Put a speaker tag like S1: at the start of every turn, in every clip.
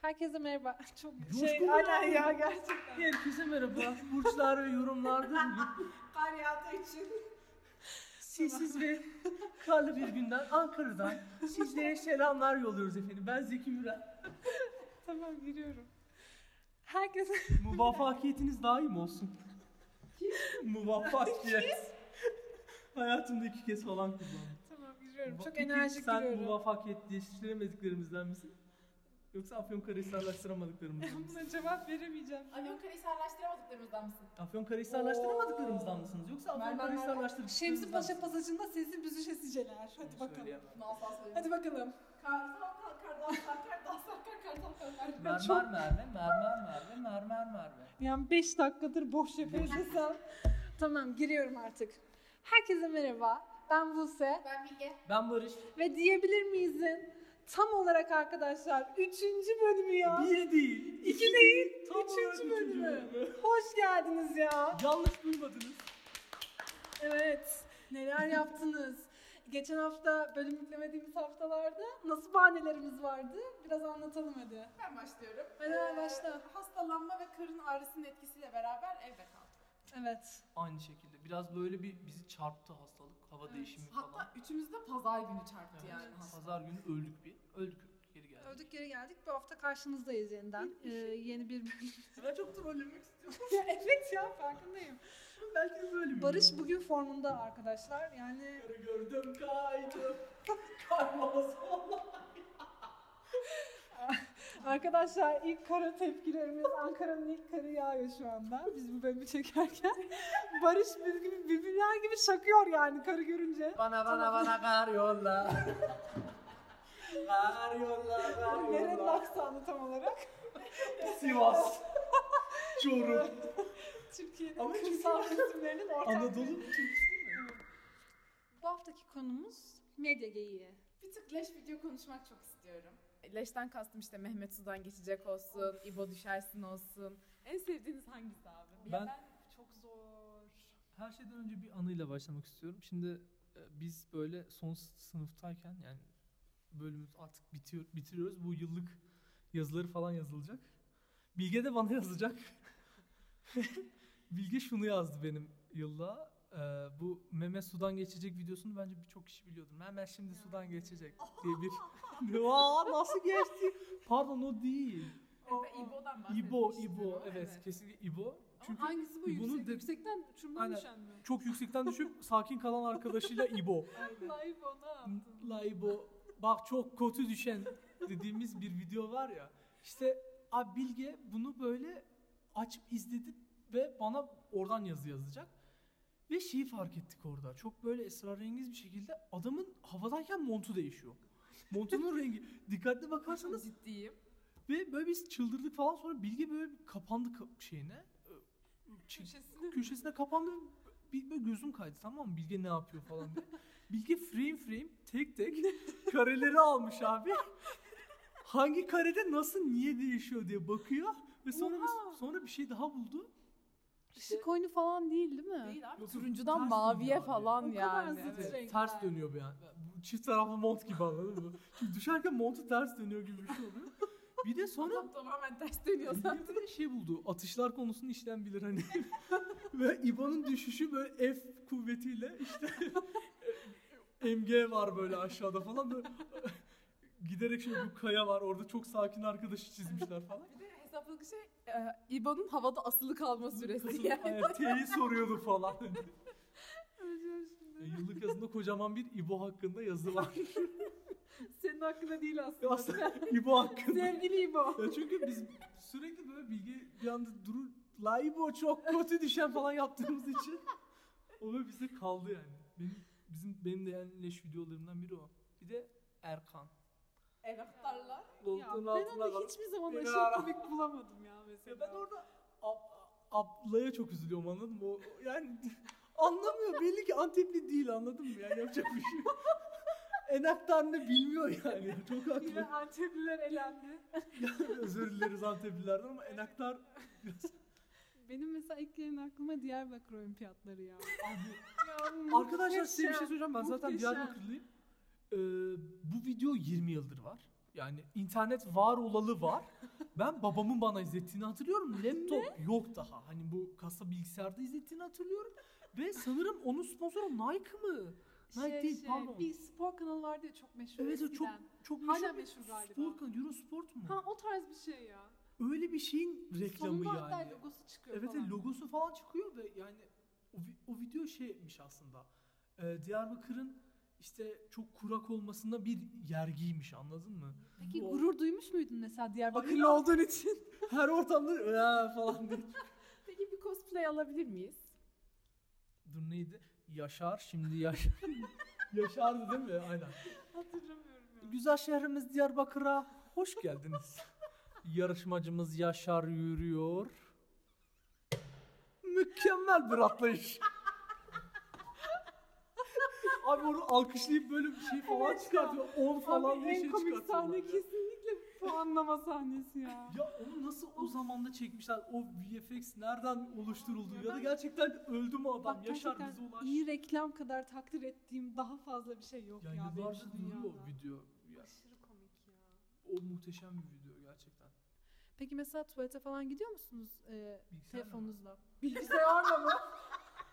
S1: Herkese merhaba. Çok şey,
S2: Coşkulu
S3: Şey, aynen
S2: ya.
S3: ya gerçekten.
S2: Herkese merhaba. Burçlar ve yorumlarda
S3: Kar yağdığı için.
S2: sessiz ve karlı bir günden Ankara'dan sizlere selamlar yolluyoruz efendim. Ben Zeki Müren.
S1: tamam giriyorum. Herkese
S2: Muvaffakiyetiniz daim olsun. Muvaffakiyet. Hayatımda iki kez falan kullandım.
S1: tamam giriyorum. Çok
S2: Peki
S1: enerjik
S2: sen
S1: giriyorum.
S2: muvaffakiyet yetiştiremediklerimizden misin? Yoksa Afyonkarahisarlaştıramadiklerimizden misin?
S1: Buna cevap veremeyeceğim.
S3: Avionka'yı sarlaştıramadıklarımızdan mısın?
S2: Afyonkarahisarlaştıramadiklerimizden mısınız? Yoksa
S3: Mermer, mermer.
S2: Afyonkarahisarlaştıramadiklerimizden
S1: Şemsi Paşa pasajında sesi büzü şeseceler. Hadi
S2: Şöyle
S1: bakalım.
S2: yapalım.
S3: Masal söyledi.
S1: Hadi bakalım.
S3: Kar, sarkar, kar, dal, sarkar, dal, sarkar, kar, dal, sarkar.
S4: Mermer
S1: çok-
S4: merve, mermer merve, mermer merve.
S1: Yani 5 dakikadır boş yapıyoruz desem. tamam giriyorum artık. Herkese merhaba. Ben Buse.
S3: Ben Bilge.
S4: Ben Barış.
S1: Ve diyebilir miyizin? Tam olarak arkadaşlar 3. bölümü ya.
S2: Bir değil.
S1: 2 değil.
S2: Tam olarak
S1: 3.
S2: üçüncü
S1: bölümü.
S2: bölümü.
S1: Hoş geldiniz ya.
S2: Yanlış duymadınız.
S1: Evet. Neler yaptınız? Geçen hafta bölüm yüklemediğimiz haftalarda nasıl bahanelerimiz vardı? Biraz anlatalım hadi.
S3: Ben başlıyorum. Ee,
S1: Hadi, hadi başla.
S3: Hastalanma ve karın ağrısının etkisiyle beraber evde kaldım.
S1: Evet.
S2: Aynı şekilde. Biraz böyle bir bizi çarptı hastalık. Hava değişimi falan.
S3: Hatta üçümüz de pazar günü çarptı
S2: Evet,
S3: yani.
S2: Pazar günü öldük bir. Öldük. Geri geldik.
S1: Öldük geri geldik. Bu hafta karşınızdayız yeniden. Ee, yeni bir bölüm.
S2: Ben çok trollemek istiyorum.
S1: evet ya farkındayım.
S2: Belki de böyle bir
S1: Barış bugün formunda arkadaşlar. Yani
S2: Karı gördüm kaydım. Karmaz falan.
S1: arkadaşlar ilk kara tepkilerimiz Ankara'nın ilk karı yağıyor şu anda. Biz bu bölümü çekerken. Barış biz gibi birbirler gibi şakıyor yani karı görünce.
S4: Bana bana bana kar yolla. kar yolla, kar
S1: Nerenin
S4: yolla.
S1: aksanı tam olarak?
S2: Sivas. Çorum.
S1: Türkiye'nin
S2: Ama
S1: kırsal kesimlerinin ortak.
S2: Anadolu.
S1: Bu haftaki konumuz medya geyiği.
S3: Bir tık leş video konuşmak çok istiyorum. E, Leşten kastım işte Mehmet Sudan geçecek olsun, İbo düşersin olsun. En sevdiğiniz hangisi abi?
S2: Ben-
S3: çok zor.
S2: Her şeyden önce bir anıyla başlamak istiyorum. Şimdi e, biz böyle son s- sınıftayken yani bölümümüz artık bitiyor, bitiriyoruz. Bu yıllık yazıları falan yazılacak. Bilge de bana yazacak. Bilge şunu yazdı benim yıllığa. E, bu meme sudan geçecek videosunu bence birçok kişi biliyordur. Meme şimdi sudan geçecek diye bir... Aa, nasıl geçti? Pardon o değil.
S3: Evet, ben İbo'dan bahsetmiştim.
S2: İbo, İbo. Evet,
S3: Evet.
S2: kesinlikle İbo. Çünkü
S1: hangisi bu
S2: bunun
S1: yüksek?
S2: de-
S1: Yüksekten uçurumdan
S2: Aynen.
S1: düşen mi?
S2: çok yüksekten düşüp sakin kalan arkadaşıyla İbo.
S1: Live o ne yaptın?
S2: Laibo bak çok kötü düşen dediğimiz bir video var ya. İşte abi Bilge bunu böyle açıp izledi ve bana oradan yazı yazacak. Ve şeyi fark ettik orada. Çok böyle esrarengiz bir şekilde adamın havadayken montu değişiyor. Montunun rengi. Dikkatli bakarsanız
S3: Ciddiyim.
S2: ve böyle biz çıldırdık falan sonra Bilge böyle bir kapandı ka- şeyine. e, Ö, çi-
S3: Şey,
S1: Köşesine.
S2: Köşesine kapandı. Bir böyle gözüm kaydı tamam mı? Bilge ne yapıyor falan diye. Bilge frame frame tek tek kareleri almış abi. Hangi karede nasıl niye değişiyor diye bakıyor. Ve sonra
S1: Oha.
S2: bir, sonra bir şey daha buldu.
S1: Işık oyunu falan değil değil mi?
S3: Değil abi.
S2: Yok,
S3: Turuncudan
S2: ters
S3: maviye
S2: dönüyor abi.
S3: falan
S1: O kadar
S3: yani.
S1: zıt
S3: evet.
S1: renkler.
S2: Ters dönüyor bir an. Bu Çift taraflı mont gibi anladın mı? Çünkü düşerken montu ters dönüyor gibi bir şey oluyor. Bir de sonra
S3: Adam tamamen ters dönüyor zaten.
S2: Bir de şey buldu. Atışlar konusunu işten bilir hani. Ve İbo'nun düşüşü böyle F kuvvetiyle işte MG var böyle aşağıda falan böyle giderek şöyle bir kaya var orada çok sakin arkadaşı çizmişler falan.
S3: Bir de hesaplık şey e, İbo'nun havada asılı kalma süresi
S2: Kasım-
S3: yani.
S2: Evet, T'yi soruyordu falan.
S1: Öleceğim şimdi.
S2: E, Yıllık yazında kocaman bir İbo hakkında yazı var.
S1: Senin hakkında değil aslında.
S2: Aslında İbo hakkında.
S1: Sevgili İbo.
S2: Ya çünkü biz sürekli böyle bilgi bir anda durur. La İbo çok kötü düşen falan yaptığımız için. O böyle bize kaldı yani. Benim, bizim, benim de yani leş videolarımdan biri o. Bir de Erkan.
S3: Anahtarlar.
S1: Ya, ben
S2: Koltuğun altında
S1: onu
S2: kal.
S1: hiçbir zaman
S2: Beni
S1: aşırı
S2: ara.
S1: komik bulamadım ya mesela.
S2: Ya ben orada ab- ablaya çok üzülüyorum anladın mı? O- Yani anlamıyor. Belli ki Antepli değil anladın mı? Yani yapacak bir şey. yok. Enaktan da bilmiyor yani. Çok
S1: Yine
S2: haklı.
S1: Antepliler elendi.
S2: Özür dileriz Anteplilerden ama enaktar
S1: Benim mesela ilk gelen aklıma Diyarbakır Olimpiyatları ya.
S2: Abi,
S1: Ya
S2: Arkadaşlar size bir şey
S1: muhteşem,
S2: söyleyeceğim. Ben zaten
S1: muhteşem.
S2: Diyarbakırlıyım. Ee, bu video 20 yıldır var. Yani internet var olalı var. Ben babamın bana izlettiğini hatırlıyorum. Laptop yok daha. Hani bu kasa bilgisayarda izlettiğini hatırlıyorum. Ve sanırım onun sponsoru Nike mı? Nike değil pardon.
S5: Bir spor kanalı vardı ya çok meşhur
S2: Evet o
S5: Şey, eskiden.
S2: çok çok
S5: Hala
S2: meşhur bir
S5: meşhur galiba.
S2: Spor kanalı, Eurosport mu?
S5: Ha o tarz bir şey ya.
S2: Öyle bir şeyin reklamı
S5: Sonunda
S2: yani.
S5: hatta logosu çıkıyor
S2: Evet
S5: falan.
S2: evet, logosu falan çıkıyor ve yani o, vi- o video şeymiş aslında. Ee, Diyarbakır'ın işte çok kurak olmasına bir yergiymiş anladın mı?
S5: Peki
S2: Bu-
S5: gurur duymuş muydun mesela Diyarbakırlı
S2: Bakın-
S5: olduğun için?
S2: Her ortamda "Aa!" falan diye.
S3: Peki bir cosplay alabilir miyiz?
S2: Dur neydi? Yaşar şimdi Yaşar. Yaşardı değil mi? Aynen.
S5: Hatırlamıyorum ya.
S2: Güzel şehrimiz Diyarbakır'a hoş geldiniz. Yarışmacımız Yaşar yürüyor. Mükemmel bir atlayış. Abi onu alkışlayıp böyle bir şey falan
S5: Evet ya.
S2: çıkartıyor. 10 falan
S5: Abi
S2: bir şey
S5: en komik
S2: çıkartıyorlar.
S5: sahne
S2: ya.
S5: kesinlikle puanlama sahnesi ya.
S2: Ya onu nasıl o zamanda çekmişler? O VFX nereden oluşturuldu? Ya da gerçekten öldü mü adam?
S5: Bak
S2: Yaşar
S5: gerçekten
S2: bize ulaş.
S5: İyi reklam kadar takdir ettiğim daha fazla bir şey yok ya,
S2: Ya
S5: benim şu
S2: yıllardır duruyor
S5: dünyada.
S2: o video. Ya,
S5: Aşırı komik ya.
S2: o muhteşem bir video gerçekten.
S5: Peki mesela tuvalete falan gidiyor musunuz e,
S2: Bilgisayarla mı?
S5: telefonunuzla?
S1: Bilgisayarla mı?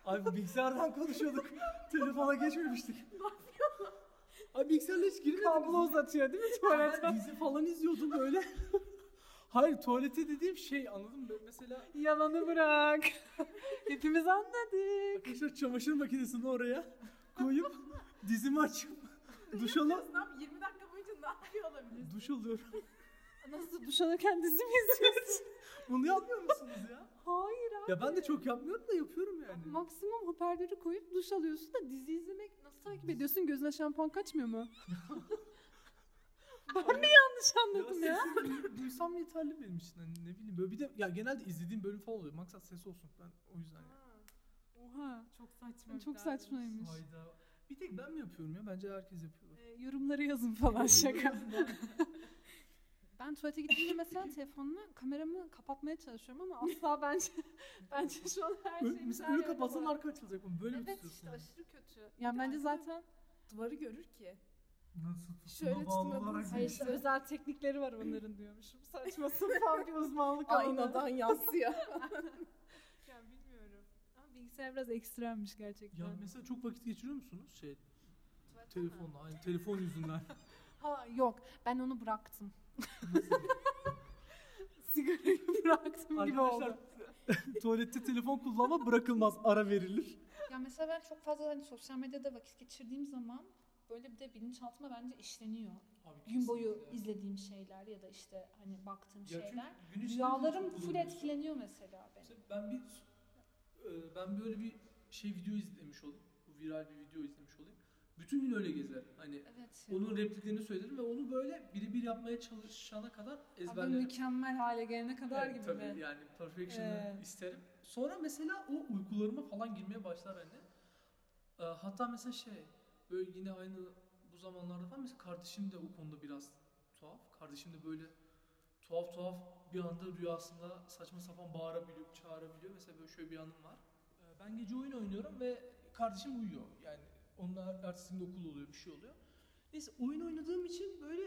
S2: Abi bilgisayardan konuşuyorduk. Telefona geçmemiştik. Ne yapıyorsun? Abi bilgisayarla hiç girmediniz.
S1: Kablo uzatıyor değil mi tuvalet?
S2: Ben dizi falan izliyordum böyle. Hayır tuvalete dediğim şey anladın mı? Mesela
S1: Yalanı bırak. Hepimiz anladık.
S2: arkadaşlar çamaşır makinesini oraya koyup dizimi açıp duş alıp
S3: Ne yap- 20 dakika boyunca ne yapıyor olabiliriz?
S2: duş alıyorum.
S1: Nasıl duş alırken dizi mi izliyorsun?
S2: Bunu yapmıyor musunuz ya?
S5: Hayır
S2: Ya ben de çok yapmıyorum da yapıyorum yani.
S5: Maksimum hoparlörü koyup duş alıyorsun da dizi izlemek nasıl takip ediyorsun? Gözüne şampuan kaçmıyor mu? ben mi yanlış anladım ya?
S2: sesini duy- duysam yeterli benim için. Hani ne bileyim böyle bir de ya genelde izlediğim bölüm falan oluyor. Maksat ses olsun. Ben o yüzden yani.
S5: Oha.
S3: Çok saçma. bir
S5: Çok
S3: davranış.
S5: saçmaymış.
S2: Hayda. Bir tek ben mi yapıyorum ya? Bence herkes yapıyor.
S5: Ee, yorumlara yazın falan şaka. ben tuvalete gittiğimde mesela telefonla kameramı kapatmaya çalışıyorum ama asla bence bence şu an her
S2: Ö-
S6: şey
S5: şeyim
S2: mesela ölü kapatsan arka açılacak mı? Böyle mi
S5: Evet
S2: tutuyorsun?
S5: işte aşırı kötü. Yani bence
S3: Arkadan-
S5: zaten
S3: Duvarı görür ki.
S2: Nasıl
S3: Şöyle tutmadın.
S1: Hayır
S2: şey-
S1: işte özel teknikleri var onların diyormuşum. Saçma sapan bir uzmanlık alanı.
S3: yansıyor.
S5: yani bilmiyorum. Ama bilgisayar biraz ekstremmiş gerçekten.
S2: Ya mesela çok vakit geçiriyor musunuz? Şey,
S3: Tuvalette mi?
S2: telefonla, aynı telefon yüzünden.
S5: Ha yok ben onu bıraktım. Sigarayı bıraktım gibi oldu.
S2: Arkadaşlar tuvalette telefon kullanma bırakılmaz, ara verilir.
S6: Ya mesela ben çok fazla hani sosyal medyada vakit geçirdiğim zaman böyle bir de bilinçaltıma bence işleniyor. Gün boyu izlediğim şeyler ya da işte hani baktığım şeyler. Rüyalarım full etkileniyor mesela benim.
S2: Mesela ben bir e, ben böyle bir şey video izlemiş olayım. Bu Viral bir video izlemiş olayım. Bütün gün öyle gezerim. Hani
S6: Evet. ya.
S2: onun repliklerini söylerim ve onu böyle birebir yapmaya çalışana kadar
S5: Abi
S2: ezberlerim.
S5: mükemmel hale gelene kadar gibi
S2: tabii
S5: mi?
S2: yani perfection'ı
S5: Ee.
S2: isterim. Sonra mesela o uykularıma falan girmeye başlar hani. Ee, hatta mesela şey böyle yine aynı bu zamanlarda falan mesela kardeşim de o konuda biraz tuhaf. Kardeşim de böyle tuhaf tuhaf bir anda rüyasında saçma sapan bağırabiliyor, çağırabiliyor. Mesela böyle şöyle bir anım var. Ee, ben gece oyun oynuyorum ve kardeşim uyuyor. Yani onlar ertesi gün okul oluyor, bir şey oluyor. Neyse oyun oynadığım için böyle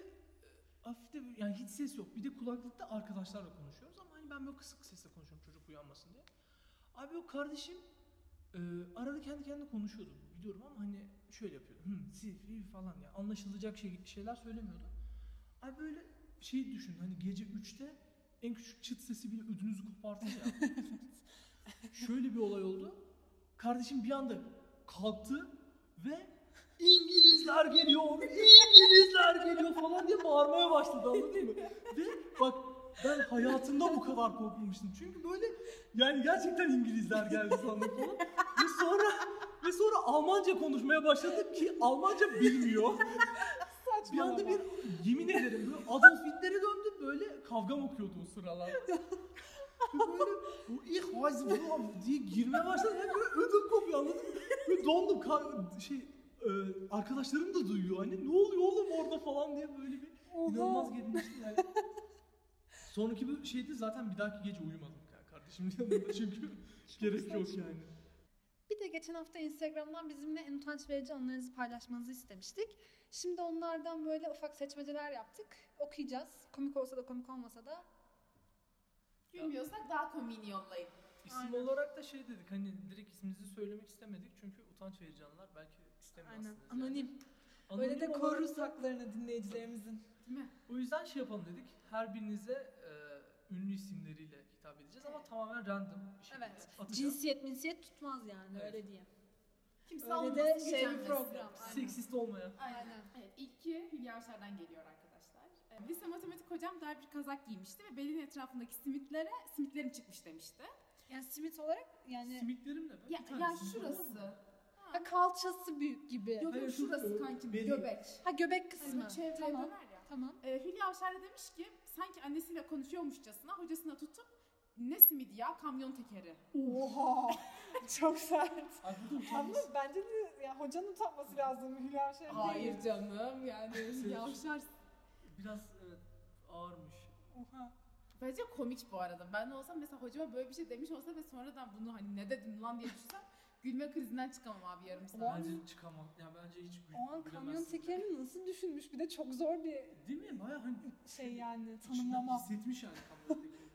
S2: hafif de yani hiç ses yok. Bir de kulaklıkta arkadaşlarla konuşuyoruz ama hani ben böyle kısık sesle konuşuyorum çocuk uyanmasın diye. Abi o kardeşim e, arada kendi kendine konuşuyordu biliyorum ama hani şöyle yapıyordu. Hı, si, fi falan ya anlaşılacak şey, şeyler söylemiyordu. Abi böyle şey düşün hani gece 3'te en küçük çıt sesi bile ödünüzü kopartır ya. şöyle bir olay oldu. Kardeşim bir anda kalktı ve İngilizler geliyor, İngilizler geliyor falan diye bağırmaya başladı anladın mı? Ve bak ben hayatımda bu kadar korkmamıştım. Çünkü böyle yani gerçekten İngilizler geldi sandım falan. Ve sonra ve sonra Almanca konuşmaya başladı ki Almanca bilmiyor. bir anda bir yemin ederim böyle Adolf Hitler'e döndü böyle kavgam okuyordu o sıralar. böyle bu ich weiß wo diye girmeye başladı. Yani böyle ödüm kopuyor anladın mı? Böyle dondum. Ka- şey e, arkadaşlarım da duyuyor hani ne oluyor oğlum orada falan diye böyle bir inanılmaz gerilmiştim yani. Sonraki bir şeydi zaten bir dahaki gece uyumadım ya kardeşim yanında çünkü gerek yok yani.
S6: Bir de geçen hafta Instagram'dan bizimle en utanç verici anılarınızı paylaşmanızı istemiştik. Şimdi onlardan böyle ufak seçmeceler yaptık. Okuyacağız. Komik olsa da komik olmasa da.
S3: Gülmüyorsak daha komiğini yollayın.
S2: İsim
S6: Aynen.
S2: olarak da şey dedik hani direkt ismimizi söylemek istemedik çünkü utanç verici anılar belki istemiyorsunuz.
S3: Aynen.
S2: yani.
S1: Anonim.
S2: Anonim
S1: Öyle de
S2: olarak-
S1: koruruz haklarını dinleyicilerimizin.
S3: Değil mi?
S2: O yüzden şey yapalım dedik. Her birinize e, ünlü isimleriyle hitap edeceğiz ama tamamen random bir şekilde
S6: Evet.
S2: atacağız.
S6: Cinsiyet minsiyet tutmaz yani
S2: Evet.
S6: öyle diye.
S3: Kimse
S1: Öyle de
S3: alınmasın
S1: şey bir
S3: gücenmesin.
S1: program.
S3: Aynen.
S2: Seksist olmayan.
S3: Aynen. Evet, ilki Hülya Avşar'dan geliyor arkadaşlar. Ee, Lise matematik hocam dar bir kazak giymişti ve belin etrafındaki simitlere simitlerim çıkmış demişti.
S6: Yani simit olarak
S1: Hani
S6: yani
S2: Simitlerim ne be?
S3: Ya,
S2: Bir tane
S3: ya
S2: simit olur mu?
S3: şurası.
S6: ha, kalçası büyük gibi.
S3: Yok
S2: Hayır,
S3: yok
S2: şu-
S3: şurası
S2: ö-
S3: kanki
S2: beli-
S3: göbek.
S6: Ha göbek
S3: Hani
S6: kısmı.
S3: bu çevreye
S6: Tamam.
S3: döner ya.
S6: Tamam.
S3: Ee, Hülya Avşar da demiş ki sanki annesiyle konuşuyormuşçasına hocasına tutup ne simidi ya kamyon tekeri.
S1: Oha! Çok sert.
S2: Ay burada utanmış.
S1: Ama bence de ya hocanın utanması lazım Hülya
S3: şey
S1: Avşar değil.
S3: canım yani Hülya Avşar.
S2: Biraz evet, ağırmış.
S1: Oha.
S3: Bence komik bu arada. Ben de olsam mesela hocama böyle bir şey demiş olsa ve sonradan bunu hani ne dedim lan diye düşünsem gülme krizinden çıkamam abi yarım saat.
S1: Ulan-
S2: Bence çıkamam. Ya bence hiç gü-
S1: O an kamyon
S2: gülemezsin.
S1: tekerini nasıl düşünmüş? Bir de çok zor bir
S2: Değil mi? Baya hani
S1: şey yani
S2: içinden
S1: tanımlama.
S2: Hissetmiş yani kamyon tekerini.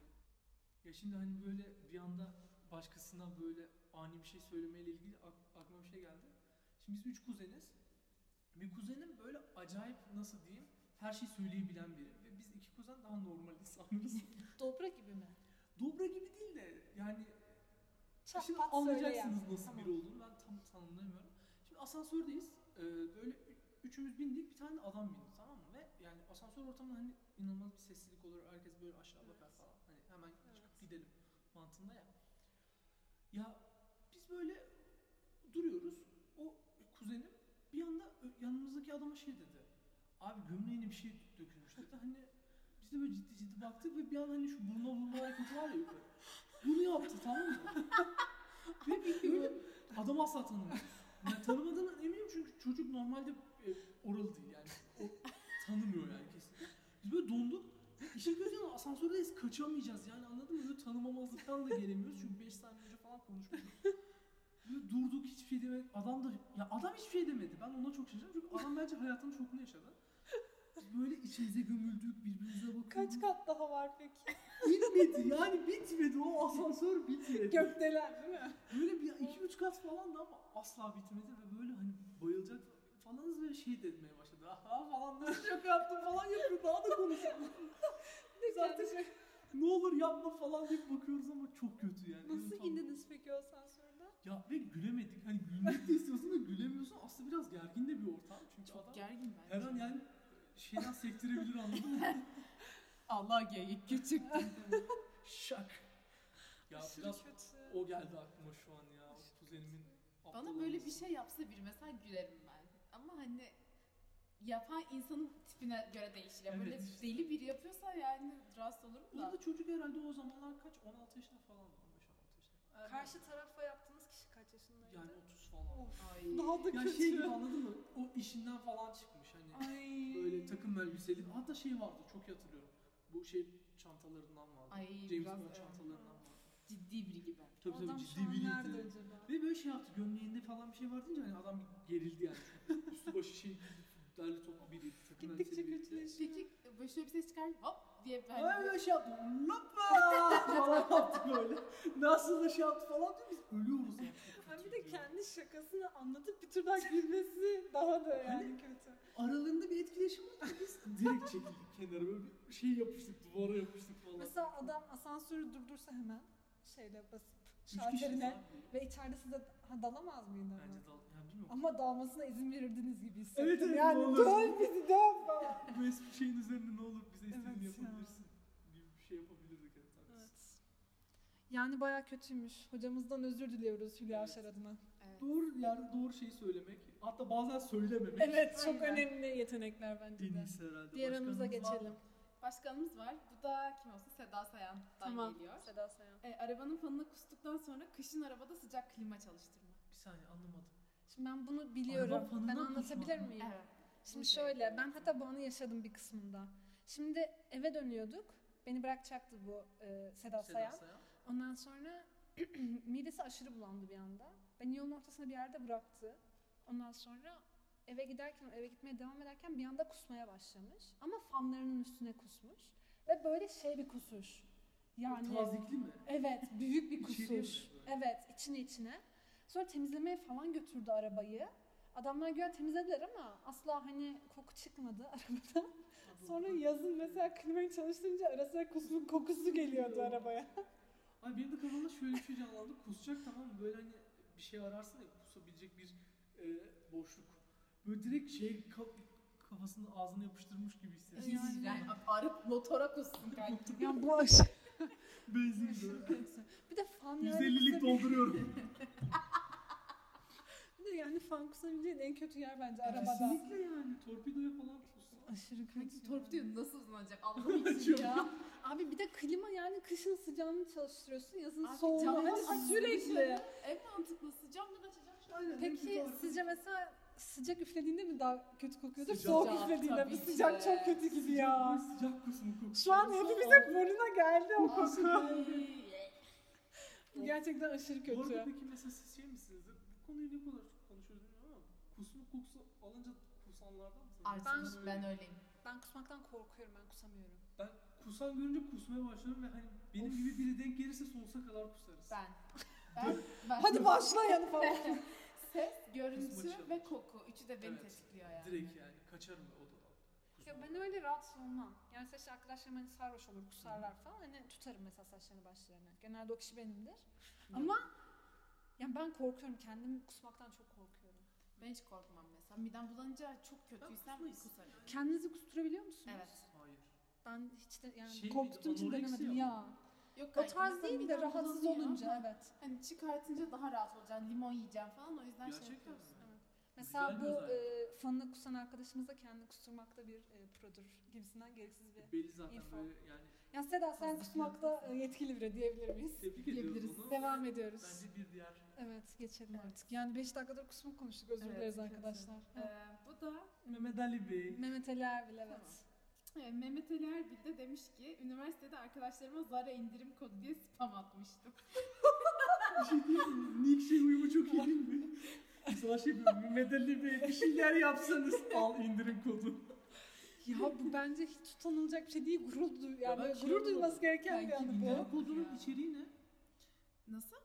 S2: ya şimdi hani böyle bir anda başkasına böyle ani bir şey söylemeyle ilgili ak- aklıma bir şey geldi. Şimdi biz üç kuzeniz. Bir kuzenim böyle acayip nasıl diyeyim her şeyi söyleyebilen biri. Ve biz iki kuzen daha normal insanlarız.
S6: Dobra gibi mi?
S2: Dobra gibi değil de yani
S1: Çat
S2: Şimdi
S1: pat söyleyen.
S2: anlayacaksınız nasıl
S1: Tamam.
S2: biri olduğunu ben tam tanımlayamıyorum. Şimdi asansördeyiz. Ee, böyle ü- üçümüz bindik bir tane de adam bindi tamam mı? Ve yani asansör ortamında hani inanılmaz bir sessizlik olur. Herkes böyle aşağı bakar falan. Hani hemen çıkıp gidelim mantığında ya. Ya biz böyle duruyoruz. O kuzenim bir anda ö- yanımızdaki adama şey dedi. Abi gömleğine bir şey dö- dökülmüş dedi. Hani biz de böyle ciddi ciddi baktık ve bir an hani şu buruna vurma hareketi var ya yukarı. Bunu yaptı tamam mı? Ve böyle adam asla tanımıyor. Yani tanımadığına eminim çünkü çocuk normalde e, oralı değil yani. O tanımıyor yani kesinlikle. Biz böyle donduk. Ve İşe kötü yanı asansördeyiz kaçamayacağız yani anladın mı? Böyle tanımamazlıktan da gelemiyoruz çünkü 5 saniye önce falan konuşmuştuk. Böyle durduk hiçbir şey demedi. Adam da ya adam hiçbir şey demedi. Ben ona çok şaşırdım çünkü adam bence hayatının şokunu yaşadı. Biz böyle içimize gömüldük, birbirimize bakıyorduk.
S1: Kaç kat daha var peki?
S2: Bitmedi yani bitmedi o asansör bitmedi.
S1: Gökdelen değil mi?
S2: Böyle bir iki üç kat falan da ama asla bitmedi ve böyle hani bayılacak falanız böyle şey demeye başladı. Aha falan nasıl şaka yaptım falan yapıyor daha da konuşuyor. Biz artık ne olur yapma falan deyip bakıyoruz ama çok kötü yani.
S1: Nasıl
S2: Utandım.
S1: indiniz peki o asansörden?
S2: Ya ve gülemedik. Hani gülmek de istiyorsun da gülemiyorsun. Aslında biraz gergin de bir ortam. Çünkü
S3: Çok
S2: adam
S3: gergin ben.
S2: her an yani şeyden sektirebilir anladın mı?
S3: Allah geyik küçük.
S2: Şak. Ya
S1: Aşırı
S2: biraz
S1: kötü.
S2: o geldi aklıma şu an ya. O kuzenimin
S3: Bana
S2: aptal
S3: böyle
S2: olması.
S3: bir şey yapsa biri mesela gülerim ben. Ama hani yapan insanın tipine göre değişir. Yani Böyle
S2: Evet işte.
S3: deli biri yapıyorsa yani rahatsız olurum da.
S2: Burada çocuk herhalde o zamanlar kaç? 16 yaşında falan 15 16 yaşında. Ergen.
S6: Karşı tarafa yaptığınız kişi kaç yaşındaydı?
S2: yani 30 falan.
S3: Ay.
S1: Daha da
S2: Ya
S1: kötü.
S2: şey gibi anladın mı? O işinden falan çıkmış hani.
S1: Ay.
S2: Böyle takım elbiseli. Hatta şey vardı çok iyi hatırlıyorum. Bu şey çantalarından vardı.
S3: Ay,
S2: James
S3: biraz,
S2: Bond
S3: e,
S2: çantalarından vardı.
S3: Ciddi biri gibi.
S2: Tabii tabii
S1: Adam şu
S2: ciddi
S1: an
S2: biriydi.
S1: nerede acaba?
S2: Ve böyle şey yaptı gömleğinde falan bir şey var deyince hani adam bir gerildi yani. Çünkü Üstü başı şey derli toplu biriydi. Takım
S1: Gittikçe
S2: elbiseli biriydi.
S1: kötüleşiyor.
S3: Peki böyle şöyle bir ses çıkar hop diye ben
S2: Ay böyle şey yaptı. Lapa falan yaptı böyle. Nasıl da şey yaptı falan diyor. Biz ölüyoruz ya.
S1: Hem bir de kendi şakasını anlatıp bir türden gülmesi daha da yani
S2: Hani-
S1: kötü.
S2: aralarında bir etkileşim oldu. Biz direkt çekildik kenara böyle bir şey yapıştık, duvara yapıştık falan.
S1: Mesela adam asansörü durdursa hemen şeyle basıp
S2: Üç kişiyiz
S1: şalterine
S2: abi.
S1: ve içeride size ha, dalamaz mıydı? ama?
S2: Bence dal, ya bilmiyorum.
S1: Ama dalmasına izin verirdiniz gibi hissettim.
S2: Evet, evet,
S1: yani
S2: doğru.
S1: döv bizi döv falan.
S2: Bu eski şeyin üzerine ne olur bize istediğini
S1: Evet ya.
S2: yapabilirsin gibi bir şey yapabilirdik evet. haklısın.
S1: Yani baya kötüymüş. Hocamızdan özür diliyoruz Hülya
S2: Evet.
S1: Avşar adına.
S3: Evet.
S2: Doğru yani doğru şeyi söylemek. Hatta bazen söylememek.
S1: Evet
S3: çok
S1: çok
S3: Aynen.
S1: önemli yetenekler bence
S2: En
S1: de.
S2: iyisi herhalde.
S1: Diğer anımıza
S2: Başkanımız var mı?
S1: geçelim.
S3: Başkanımız var. Bu da kim olsun? Seda Sayan'dan
S1: Tamam.
S3: geliyor.
S6: Seda Sayan.
S3: E, arabanın fanını kustuktan sonra kışın arabada sıcak klima çalıştırma.
S2: Bir saniye anlamadım.
S6: Şimdi ben bunu biliyorum.
S2: Araba fanına
S6: Ben
S2: kızma.
S6: anlatabilir miyim? Şimdi şöyle ben hatta bu anı yaşadım bir kısmında. Şimdi eve dönüyorduk. Beni bırakacaktı bu e,
S2: Seda
S6: Seda, Sayan.
S2: Sayan.
S6: Ondan sonra midesi aşırı bulandı bir anda. Beni yolun ortasına bir yerde bıraktı. Ondan sonra eve giderken, eve gitmeye devam ederken bir anda kusmaya başlamış. Ama fanlarının üstüne kusmuş. Ve böyle şey bir kusuş. Yani
S2: Tazikli mi?
S6: Evet, büyük bir
S2: İçeriye
S6: kusuş.
S2: mi böyle?
S6: Evet, içine içine. Sonra temizlemeye falan götürdü arabayı. Adamlar güya temizlediler ama asla hani koku çıkmadı arabadan.
S1: Sonra yazın mesela klimayı çalıştırınca arasına kusmuk kokusu geliyordu arabaya.
S2: Abi benim de kafamda şöyle bir şey canlandı. Kusacak tamam mı? Böyle hani bir şey ararsın ya kusabilecek bir e, boşluk. Böyle direkt şey ka- kafasını ağzına yapıştırmış gibi hissediyorum.
S3: Yani, arıp motora kussun kanki.
S1: Ya bu aşırı.
S2: Benzin böyle.
S6: Bir de fan yani
S2: 150'lik dolduruyorum.
S1: Bir de yani fan kusabileceğin en kötü yer bence arabada.
S2: Kesinlikle yani. Torpidoya falan kusun.
S1: Aşırı
S3: Kanki
S1: kötü.
S3: torpido nasıl uzanacak Allah'ım için ya.
S6: Abi bir de klima yani kışın sıcağını çalıştırıyorsun, yazın
S3: Abi
S6: soğuğunu.
S3: camdan
S6: Hani
S3: açıyorsun
S6: sürekli.
S3: dışarı. En mantıklısı camdan açacak.
S6: Peki sizce mesela sıcak üflediğinde mi daha kötü kokuyordur?
S2: Sıcak.
S6: Soğuk
S1: Soğuk üflediğinde
S3: tabii
S1: bir
S3: ki
S1: sıcak
S3: de.
S1: çok kötü gibi
S2: Sıcak
S1: ya.
S2: böyle sıcak kusun kokusu.
S1: Şu an hepimize burnuna geldi o koku. Bu gerçekten aşırı
S2: Bu arada
S1: kötü.
S2: peki mesela siz şey misinizdir? Bu konuyu ne kadar çok konuşuyoruz bilmiyorum ama kusunun kokusu alınca kusanlardan mısınız?
S3: Artık ben öyleyim.
S6: Ben kusmaktan korkuyorum, ben kusamıyorum.
S2: Ben kusan görünce kusmaya başlarım ve hani benim gibi biri denk gelirse sonsuza kadar kusarız.
S3: Ben. Ben. ben.
S1: Hadi başlayalım falan.
S3: Ses, görüntü
S2: Kısmacı.
S3: ve koku. Üçü de beni
S2: Evet.
S3: tetikliyor yani.
S2: Direkt yani kaçarım ben odadan.
S6: Ya
S2: Kusmaya.
S6: ben öyle rahatsız olmam. Yani saç arkadaşlarım hani sarhoş olur, kusarlar falan. Hani tutarım mesela saçlarını başlarını. Genelde o kişi benimdir. Ama yani ben korkuyorum. Kendim kusmaktan çok korkuyorum.
S3: Ben hiç korkmam mesela. Midem bulanınca çok kötüysem
S2: kusmayız.
S3: kusarım.
S6: Kendinizi kusturabiliyor musunuz?
S3: Evet.
S2: Hayır.
S6: Ben hiç de yani
S2: Şey
S6: korktuğum için
S2: miydi,
S6: denemedim
S2: anoreksiya
S6: ya.
S3: Yok
S6: O
S3: kanki,
S6: tarz
S3: mesela
S6: değil de
S3: midem
S6: rahatsız
S3: bulanıyor
S6: olunca
S3: ama
S6: evet.
S3: Hani çıkartınca daha rahat olacaksın. Limon yiyeceğim falan. O yüzden şey
S2: Gerçekten mi?
S3: yapıyorsun.
S6: Mesela
S2: Güzel
S6: bu
S2: özellik.
S6: e, fanını kusan arkadaşımız da kendi kusturmakta bir e, produr gibisinden gereksiz bir.
S2: Belli zaten
S6: İrfan.
S2: böyle yani
S6: Yani Seda sen kusmakta e, yetkili biri diyebilir miyiz?
S2: tebrik
S3: Diyebiliriz.
S2: ediyorum bunu.
S6: Devam ediyoruz.
S2: Bence bir diğer
S6: Evet geçelim
S3: Evet.
S6: artık. Yani 5 dakikadır kusma konuştuk özür
S3: Evet,
S6: dileriz
S3: evet.
S6: arkadaşlar. Evet.
S3: Ee, bu da
S2: Mehmet Ali Bey.
S6: Mehmet Ali Erbil evet.
S3: Tamam. e, Mehmet Ali Erbil de demiş ki üniversitede arkadaşlarıma Zara indirim kodu diye spam atmıştım.
S2: Bir şey değil mi? Nick şey uyumu çok iyi değil mi? Mesela şey böyle Mehmet Ali Bey bir şeyler yapsanız al indirim kodu.
S6: Ya bu bence hiç utanılacak bir şey değil gurur duy yani
S2: ben
S6: böyle
S2: şey
S6: gurur duyması
S2: anlamadım.
S6: gereken bir
S3: Sanki
S6: anı bu.
S2: İndirim kodunun içeriği ne?
S3: Nasıl?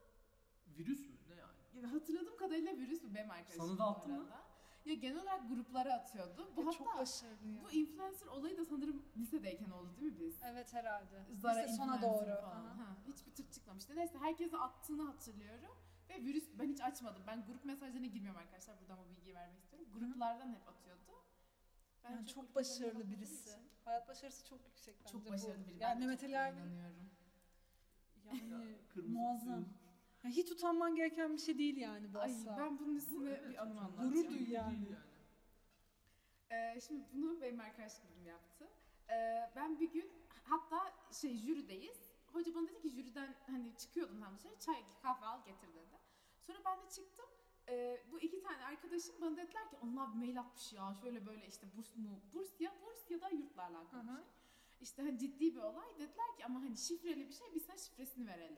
S2: Virüs mü? Ne yani?
S3: Ya Hatırladığım kadarıyla virüs bu benim arkadaşım.
S2: Sana da
S3: bu
S2: attı mı?
S3: arada. Ya genel olarak gruplara atıyordu. Bu
S6: Ya E, çok
S3: hatta
S6: başarılı ya.
S3: bu influencer olayı da sanırım lisedeyken oldu değil mi biz?
S6: Evet herhalde.
S3: Zara
S6: işte sona
S3: influencer
S6: doğru.
S3: falan.
S6: Aha.
S3: Ha, hiçbir Türk çıkmamıştı. Neyse herkese attığını hatırlıyorum. Ve virüs ben hiç açmadım. Ben grup mesajlarına girmiyorum arkadaşlar. Buradan bu bilgiyi vermek istiyorum. Gruplardan hep atıyordu. Ben
S6: Yani çok
S3: gruplardan
S6: başarılı
S3: baktığım
S6: birisi.
S3: için
S6: Hayat başarısı çok yüksek bence
S3: Çok
S6: bu.
S3: başarılı biri.
S6: Yani
S3: Ben de
S6: Mehmet
S3: çok
S6: Ali Erbil
S3: inanıyorum.
S1: Ee,
S6: yani
S2: Kırmızı
S6: muazzam. Ya hiç utanman gereken bir şey değil yani bu
S3: Ay
S6: asla.
S3: ben bunun üstüne bir anım anlatacağım.
S1: Gurur duy yani.
S2: Değil yani.
S3: Ee, şimdi bunu benim arkadaşlarım yaptı. Ee, ben bir gün hatta şey jürideyiz. Hoca bana dedi ki jüriden hani çıkıyordum tam dışarı çay kahve al getir dedi. Sonra ben de çıktım. Ee, bu iki tane arkadaşım bana dediler ki onlar bir mail atmış ya şöyle böyle işte burs mu burs ya burs ya da yurtlarla alakalı bir
S6: Aha.
S3: şey. İşte hani ciddi bir olay dediler ki ama hani şifreli bir şey biz sana şifresini verelim.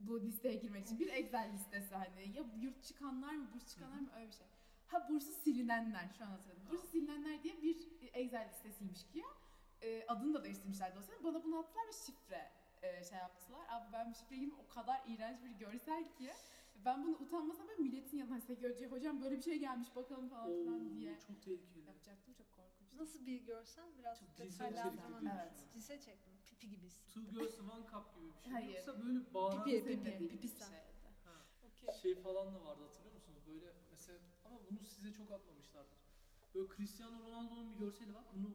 S3: Bu listeye girmek için bir Excel listesi hani ya yurt çıkanlar mı burs çıkanlar mı öyle bir şey. Ha bursu silinenler şu an hatırladım. Bursu silinenler diye bir Excel listesiymiş ki ya. E, adını da değiştirmişlerdi o sene. Bana bunu attılar ve şifre e, şey yaptılar. Abi ben bu şifreyi girdim, o kadar iğrenç bir görsel ki. Ben bunu utanmasam ben milletin yanına "Hani Seki Hoca'ya hocam böyle bir şey gelmiş bakalım falan filan
S2: Oo,
S3: diye.
S2: Çok tehlikeli.
S3: Yapacaktım çok korkunçtu.
S6: Nasıl bir görsen biraz
S2: Çok cinsel içerikli
S6: detaylandırman.
S2: bir
S3: Evet.
S2: düşünün.
S6: Cinsel çekme. Pipi gibiyiz.
S2: Two girls one cup gibi bir şey.
S3: Hayır.
S2: Yoksa böyle bağıran
S6: Pipi.
S3: Senin dediğin
S6: pipi
S3: bir
S6: sen.
S3: şeydi.
S2: şey falan da vardı hatırlıyor musunuz? Böyle mesela ama bunu size çok atmamışlardır. Böyle Cristiano Ronaldo'nun bir görseli var. Bunu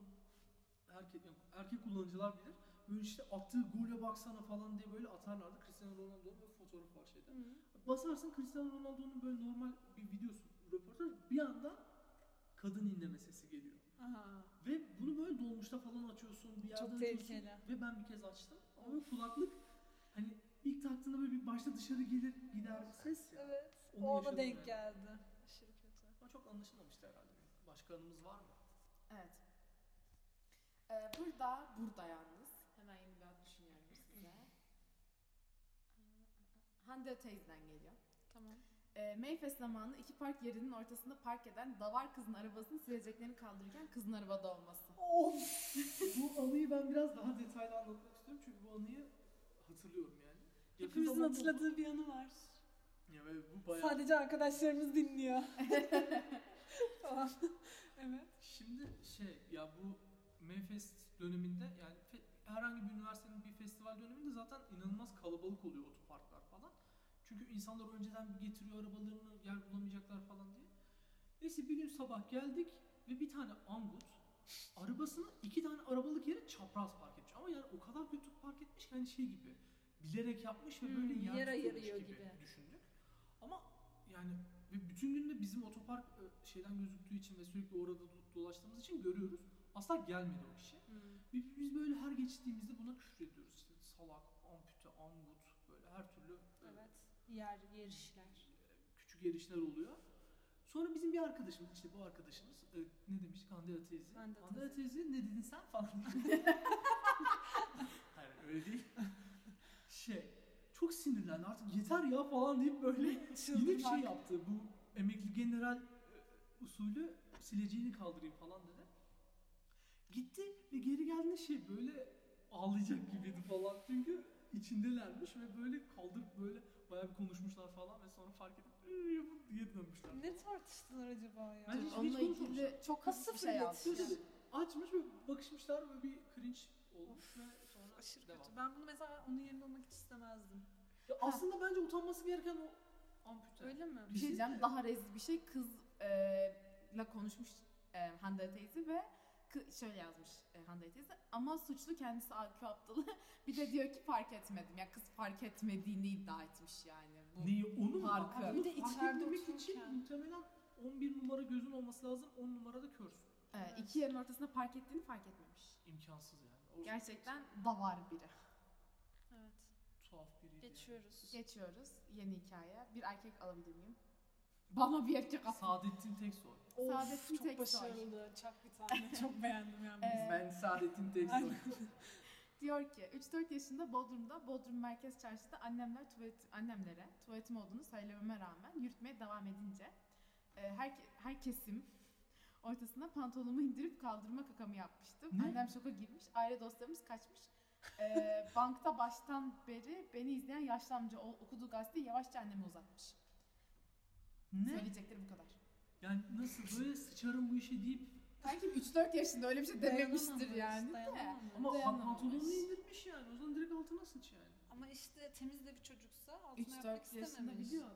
S2: erkek yani erkek kullanıcılar bilir. Böyle işte attığı gole baksana falan diye böyle atarlardı. Cristiano Ronaldo'nun böyle fotoğrafı var şeyde. Basarsın Cristiano Ronaldo'nun böyle normal bir videosu, röportaj bir anda kadın inleme sesi geliyor.
S6: Aha.
S2: Ve bunu böyle dolmuşta falan açıyorsun bir yerde
S6: Çok
S2: açıyorsun.
S6: tehlikeli.
S2: Ve ben bir kez açtım. Ama böyle kulaklık hani ilk taktığında böyle bir başta dışarı gelir gider ses ya.
S6: Evet.
S2: Onu
S6: O ona
S2: yaşadım
S6: denk
S2: yani.
S6: geldi. Aşırı kötü.
S2: Ama çok anlaşılmamıştı herhalde. Başka anımız var mı?
S3: Evet. Ee, burada, burada yalnız. Hemen yeni bir ad düşünüyorum size. Ha Ee, Hande teyzeden geliyor.
S6: Tamam.
S3: E, Mayfest zamanı iki park yerinin ortasında park eden davar kızın arabasını sileceklerini kaldırırken kızın arabada olması.
S2: Of! bu anıyı ben biraz daha detaylı anlatmak istiyorum çünkü bu anıyı hatırlıyorum yani. Yakın
S1: Hepimizin
S2: zamanda-
S1: hatırladığı bir yanı var.
S2: Ya ve bu bayağı...
S1: Sadece arkadaşlarımız dinliyor. Falan. evet.
S2: Şimdi şey ya bu Menfest döneminde yani fe- herhangi bir üniversitenin bir festival döneminde zaten inanılmaz kalabalık oluyor otoparklar falan. Çünkü insanlar önceden bir getiriyor arabalarını yer bulamayacaklar falan diye. Neyse bir gün sabah geldik ve bir tane angut arabasını iki tane arabalık yere çapraz park etmiş. Ama yani o kadar kötü park etmiş ki hani şey gibi bilerek yapmış ve
S6: Hmm,
S2: böyle yer
S6: yer
S2: tutulmuş
S6: ayırıyor
S2: gibi,
S6: gibi.
S2: düşündük. Ama yani ve bütün gün de bizim otopark e, şeyden gözüktüğü için ve sürekli orada do- dolaştığımız için görüyoruz. Asla gelmedi o kişi.
S1: Hmm,
S2: Bi- Biz böyle her geçtiğimizde buna küfür ediyoruz. İşte salak, ampute, angut böyle her türlü e,
S5: Evet. Yer, yerişler.
S2: küçük erişler oluyor. Sonra bizim bir arkadaşımız işte bu arkadaşımız e, ne demiştik Andrea teyze.
S5: Hande
S2: Andrea teyze ne dedin sen falan. Hayır öyle değil. şey çok sinirlendi artık yeter ya falan deyip böyle yine bir şey
S1: Çıldırmak.
S2: yaptı. Bu emekli general e, usulü sileceğini kaldırayım falan dedi. Gitti ve geri geldiğinde şey böyle ağlayacak gibiydi falan çünkü içindelermiş ve böyle kaldırıp böyle bayağı bir konuşmuşlar falan ve sonra fark edip "Ee, yapın diye dönmüşler.
S1: Ne tartıştılar acaba ya?
S2: Bence hiç- hiç
S3: Onunla
S2: konuşmamışlar.
S3: ilgili çok hızlı bir şey
S2: Şey
S3: yapmış.
S2: dedi, Açmış ve bakışmışlar ve bir cringe olmuş ve sonra
S1: Aşırı
S2: devam.
S1: kötü. Ben bunu mesela onun yerinde olmak hiç istemezdim.
S2: Ya aslında bence utanması gereken o ampute.
S5: Öyle mi?
S3: Bir şey diyeceğim daha rezil bir şey kız e, la konuşmuş e, Hande teyze ve kı- şöyle yazmış e, Hande teyze ama suçlu kendisi AQ aptalı bir de diyor ki fark etmedim ya kız fark etmediğini iddia etmiş yani bu
S2: Neyi onun
S3: Farkı.
S2: Onu
S5: Bir de
S2: fark
S5: içeride
S2: etmemek için
S5: otururken.
S2: muhtemelen 11 numara gözün olması lazım. 10 numarada körsün.
S3: e, iki yerin ortasında fark ettiğini fark etmemiş.
S2: İmkansız yani. O
S3: Gerçekten davar biri.
S5: Evet.
S2: tuhaf biriydi.
S5: Geçiyoruz.
S3: Geçiyoruz yeni hikaye. Bir erkek alabilir miyim? Bana bir erkek al.
S2: Yani. Saadettin Teksoy.
S1: Of,
S3: Saadettin
S1: çok
S3: Teksoy.
S1: başarılı. Çak bir tane. çok beğendim yani.
S3: Ee,
S4: Ben Saadettin Teksoy.
S3: Diyor ki 3-4 yaşında Bodrum'da Bodrum Merkez Çarşı'da annemler tuvalet, annemlere tuvaletim olduğunu söylememe rağmen yürütmeye devam edince e, her, her kesim ortasına pantolonumu indirip kaldırma kakamı yapmıştım.
S2: Ne?
S3: Annem şoka girmiş. Aile dostlarımız kaçmış. E, bankta baştan beri beni izleyen yaşlı amca o- okuduğu gazeteyi yavaşça anneme uzatmış. Söyleyecekleri bu kadar.
S2: Yani nasıl böyle sıçarım bu işe deyip
S3: Belki 3-4 yaşında öyle bir şey dememiştir
S5: Dayanamamış,
S3: yani de.
S5: dayanamamış.
S2: ama
S3: Dayanamamış.
S2: pantolonunu indirmiş yani. O zaman direkt altına sıç yani.
S5: Ama işte temiz de bir çocuksa altına yapmak
S3: 3-4 yaşında
S5: istememiş.
S3: biliyordur.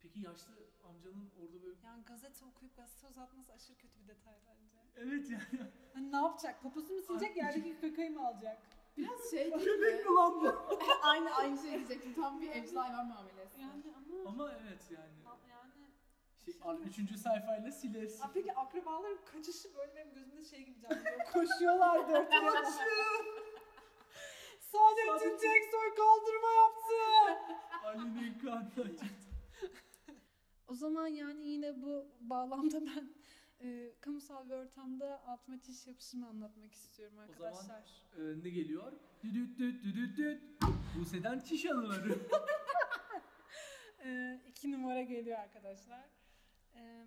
S2: Peki yaşlı amcanın orada böyle
S5: Yani gazete okuyup gazete uzatması aşırı kötü bir detay bence.
S2: Evet yani.
S1: Hani ne yapacak? Poposunu silecek yerdeki kakayı mı alacak?
S3: Biraz şey değil mi?
S2: Ulan bu.
S3: aynı aynı şey diyecektim. Tam bir evcil hayvan muamelesi.
S5: Yani ama
S2: Ama evet yani.
S5: yani
S2: Şey, ar- üçüncü sayfayla silersin.
S1: Aa, peki akrabaların kaçışı böyle benim gözümde şey gibi canlanıyor. Koşuyorlar dört yana. Saadettin Teksoy kaldırma yaptı.
S2: Ali'nin kanı.
S6: O zaman yani yine bu bağlamda ben e, kamusal bir ortamda altıma çiş yapışımı anlatmak istiyorum
S2: O zaman-
S6: arkadaşlar.
S2: Ee, ne geliyor? Düdüt düt düdüt düt. Buse'den çiş anıları.
S6: E, iki numara geliyor arkadaşlar. E,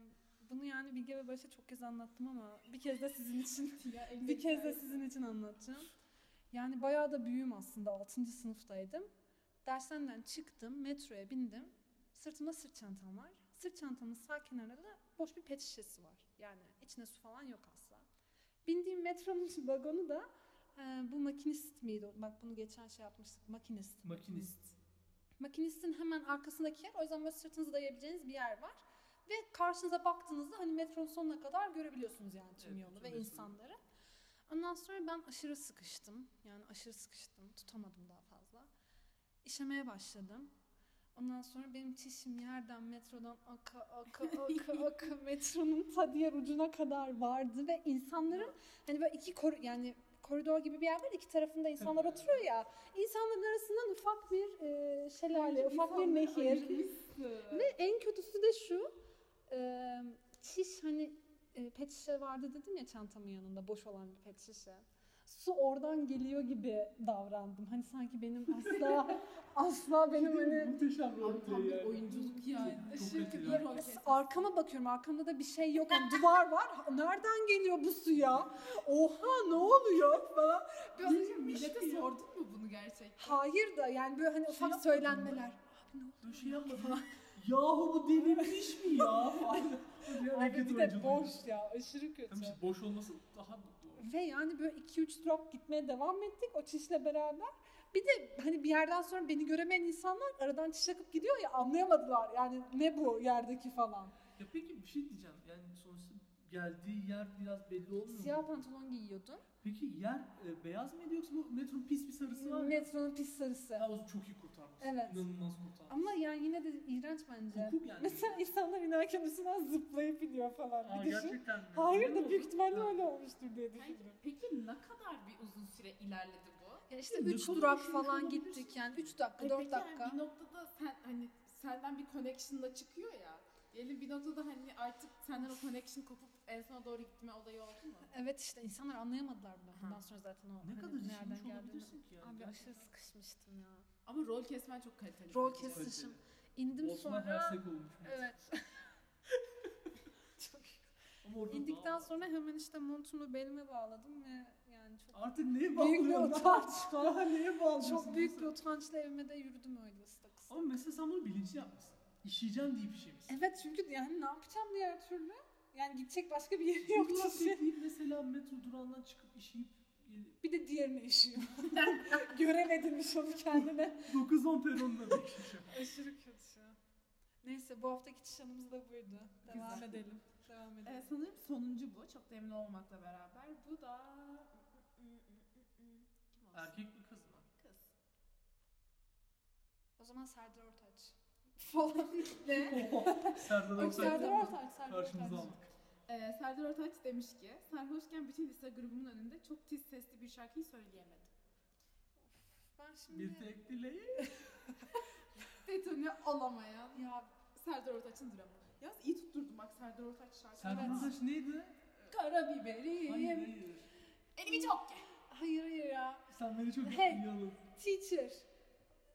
S6: bunu yani Bilge ve Barış'a çok kez anlattım ama bir kez de sizin için bir kez de sizin için anlatacağım. Yani bayağı da büyüğüm aslında. 6. sınıftaydım. Dershaneden çıktım, metroya bindim. Sırtımda sırt çantam var. Sırt çantamın sağ kenarında da boş bir pet şişesi var. Yani içine su falan yok asla. Bindiğim metronun vagonu da e, bu makinist miydi? Bak bunu geçen şey yapmıştık. Makinist.
S2: Makinist.
S6: Makinistin hemen arkasındaki yer. O yüzden böyle sırtınızı dayayabileceğiniz bir yer var. Ve karşınıza baktığınızda hani metronun sonuna kadar görebiliyorsunuz yani tüm
S2: Evet,
S6: yolu
S2: tüm
S6: ve
S2: metro.
S6: insanları. Ondan sonra ben aşırı sıkıştım. Yani aşırı sıkıştım. Tutamadım daha fazla. İşemeye başladım. Ondan sonra benim çişim yerden metrodan aka aka aka aka metronun ta diğer ucuna kadar vardı ve insanların hani böyle iki kor yani koridor gibi bir yer var iki tarafında insanlar
S2: Tabii.
S6: oturuyor ya insanların arasından ufak bir e, şelale ufak bir nehir ve en kötüsü de şu. E, çiş hani e, pet şişe vardı dedim ya çantamın yanında boş olan bir pet şişe. su oradan geliyor gibi davrandım. Hani sanki benim asla asla benim hani
S2: Muhteşem bir
S3: Abi tam
S2: örneği
S3: bir
S2: yani.
S3: oyunculuk yani.
S2: Çok
S3: Aşırı
S2: kötü
S3: bir
S2: ya.
S3: roket.
S6: Arkama bakıyorum. Arkamda da bir şey yok. Hani duvar var. Nereden geliyor bu su ya? Oha ne oluyor falan.
S3: Biraz önce millete sordun mu bunu gerçekten?
S6: Hayır da yani böyle
S7: Şey
S6: hani ufak söylenmeler.
S2: Böyle şey yapma falan. Yahu bu delirmiş mi ya?
S1: Abi bir de boş ya. Aşırı kötü.
S2: boş olması daha doğru.
S6: Ve yani böyle 2-3 drop gitmeye devam ettik o çişle beraber. Bir de hani bir yerden sonra beni göremeyen insanlar aradan çiş akıp gidiyor ya anlayamadılar. Yani ne bu yerdeki falan.
S2: Ya peki bir şey diyeceğim. Yani sonuçta geldiği yer biraz belli olmuyor.
S6: Siyah
S2: mu?
S6: pantolon giyiyordum.
S2: Peki yer e, beyaz mıydı yoksa bu metronun pis bir sarısı var ya?
S6: Metronun pis sarısı.
S2: Ha, o çok iyi kurtarmış.
S6: Evet.
S2: İnanılmaz kurtarmış.
S6: Ama yani yine de iğrenç bence.
S2: Hukuk yani.
S1: Mesela insanlar inerken üstünden zıplayıp iniyor falan.
S7: Aa,
S1: bir düşün.
S7: gerçekten mi?
S1: Hayır da büyük ihtimalle hani öyle olmuştur diye
S3: Hayır,
S1: düşündüm.
S3: Peki ne kadar bir uzun süre ilerledi bu?
S6: Ya işte
S2: Ne
S6: 3
S2: kadar
S6: durak
S2: işin
S6: falan
S2: kalabilir?
S6: gittik yani 3
S3: Ay
S6: dakika 4
S3: E, peki yani
S6: dakika.
S3: bir noktada sen hani senden bir connection'la çıkıyor ya. Diyelim bir noktada hani artık senden o connection kopup en sona doğru gitme olayı oldu mu?
S6: Evet işte insanlar anlayamadılar bunu. Bundan sonra zaten o
S2: Ne
S6: hani
S2: kadar işinmiş
S6: nereden geldiğini.
S2: olabilirsin ki yani?
S6: Abi
S2: Gerçekten.
S6: aşırı sıkışmıştım ya.
S3: Ama rol kesmen çok kaliteli.
S6: Rol
S3: bence.
S6: kes- Sıçım. İndim
S2: Osman
S6: sonra.
S2: Hersek olmuş.
S6: Evet.
S2: Ama orada
S6: İndikten
S2: daha-
S6: sonra hemen işte montumu belime bağladım ve yani çok
S2: Artık neye
S6: büyük bir
S2: bağlıyorsun?
S6: utanç.
S2: Daha neye bağlıyorsun?
S6: çok büyük bir utançla evime de yürüdüm öyle ıslak ıslak.
S2: Ama mesela sen bunu bilinçli yapmışsın. İşeyeceğim deyip işemişsin.
S6: Evet çünkü yani ne yapacağım diğer türlü? Yani gidecek başka bir yeri
S2: Yok
S6: yok. şey.
S2: tekleyip mesela metro durağından çıkıp işeyip
S6: Bir de diğerine işiyor. Görev edinmiş onu kendine.
S2: 9-10 peronla bekliyor.
S6: Aşırı kötü. Neyse bu haftaki çişanımız da buydu. Devam
S3: Güzel.
S6: edelim. Devam edelim.
S3: Ee, sanırım sonuncu bu. Çok da emin olmakla beraber. Bu da...
S2: Er-
S3: Kim olsun?
S2: Erkek mi kız mı?
S3: Kız.
S6: O zaman Serdar Ortaç. Falan.
S2: Serdar
S6: Yok
S2: Ortaç
S6: Serdar Ortaç. Serdar
S2: karşımıza
S6: Ortaç.
S2: aldık.
S3: Ee, Serdar Ortaç demiş ki sarhoşken bütün lise grubumun önünde çok tiz sesli bir şarkıyı söyleyemedim.
S6: Ben şimdi...
S2: Bir tek dileği.
S3: Detone olamayan
S6: Ya
S3: Serdar Ortaç'ın dramı. Yalnız iyi tutturdum bak Serdar Ortaç şarkısı.
S2: Serdar Ortaç neydi?
S6: karabiberim.
S2: Hayır hayır.
S3: Elimi çok
S6: Hayır hayır ya.
S2: Sen beni çok
S6: Hey.
S2: iyi anladın.
S6: Teacher.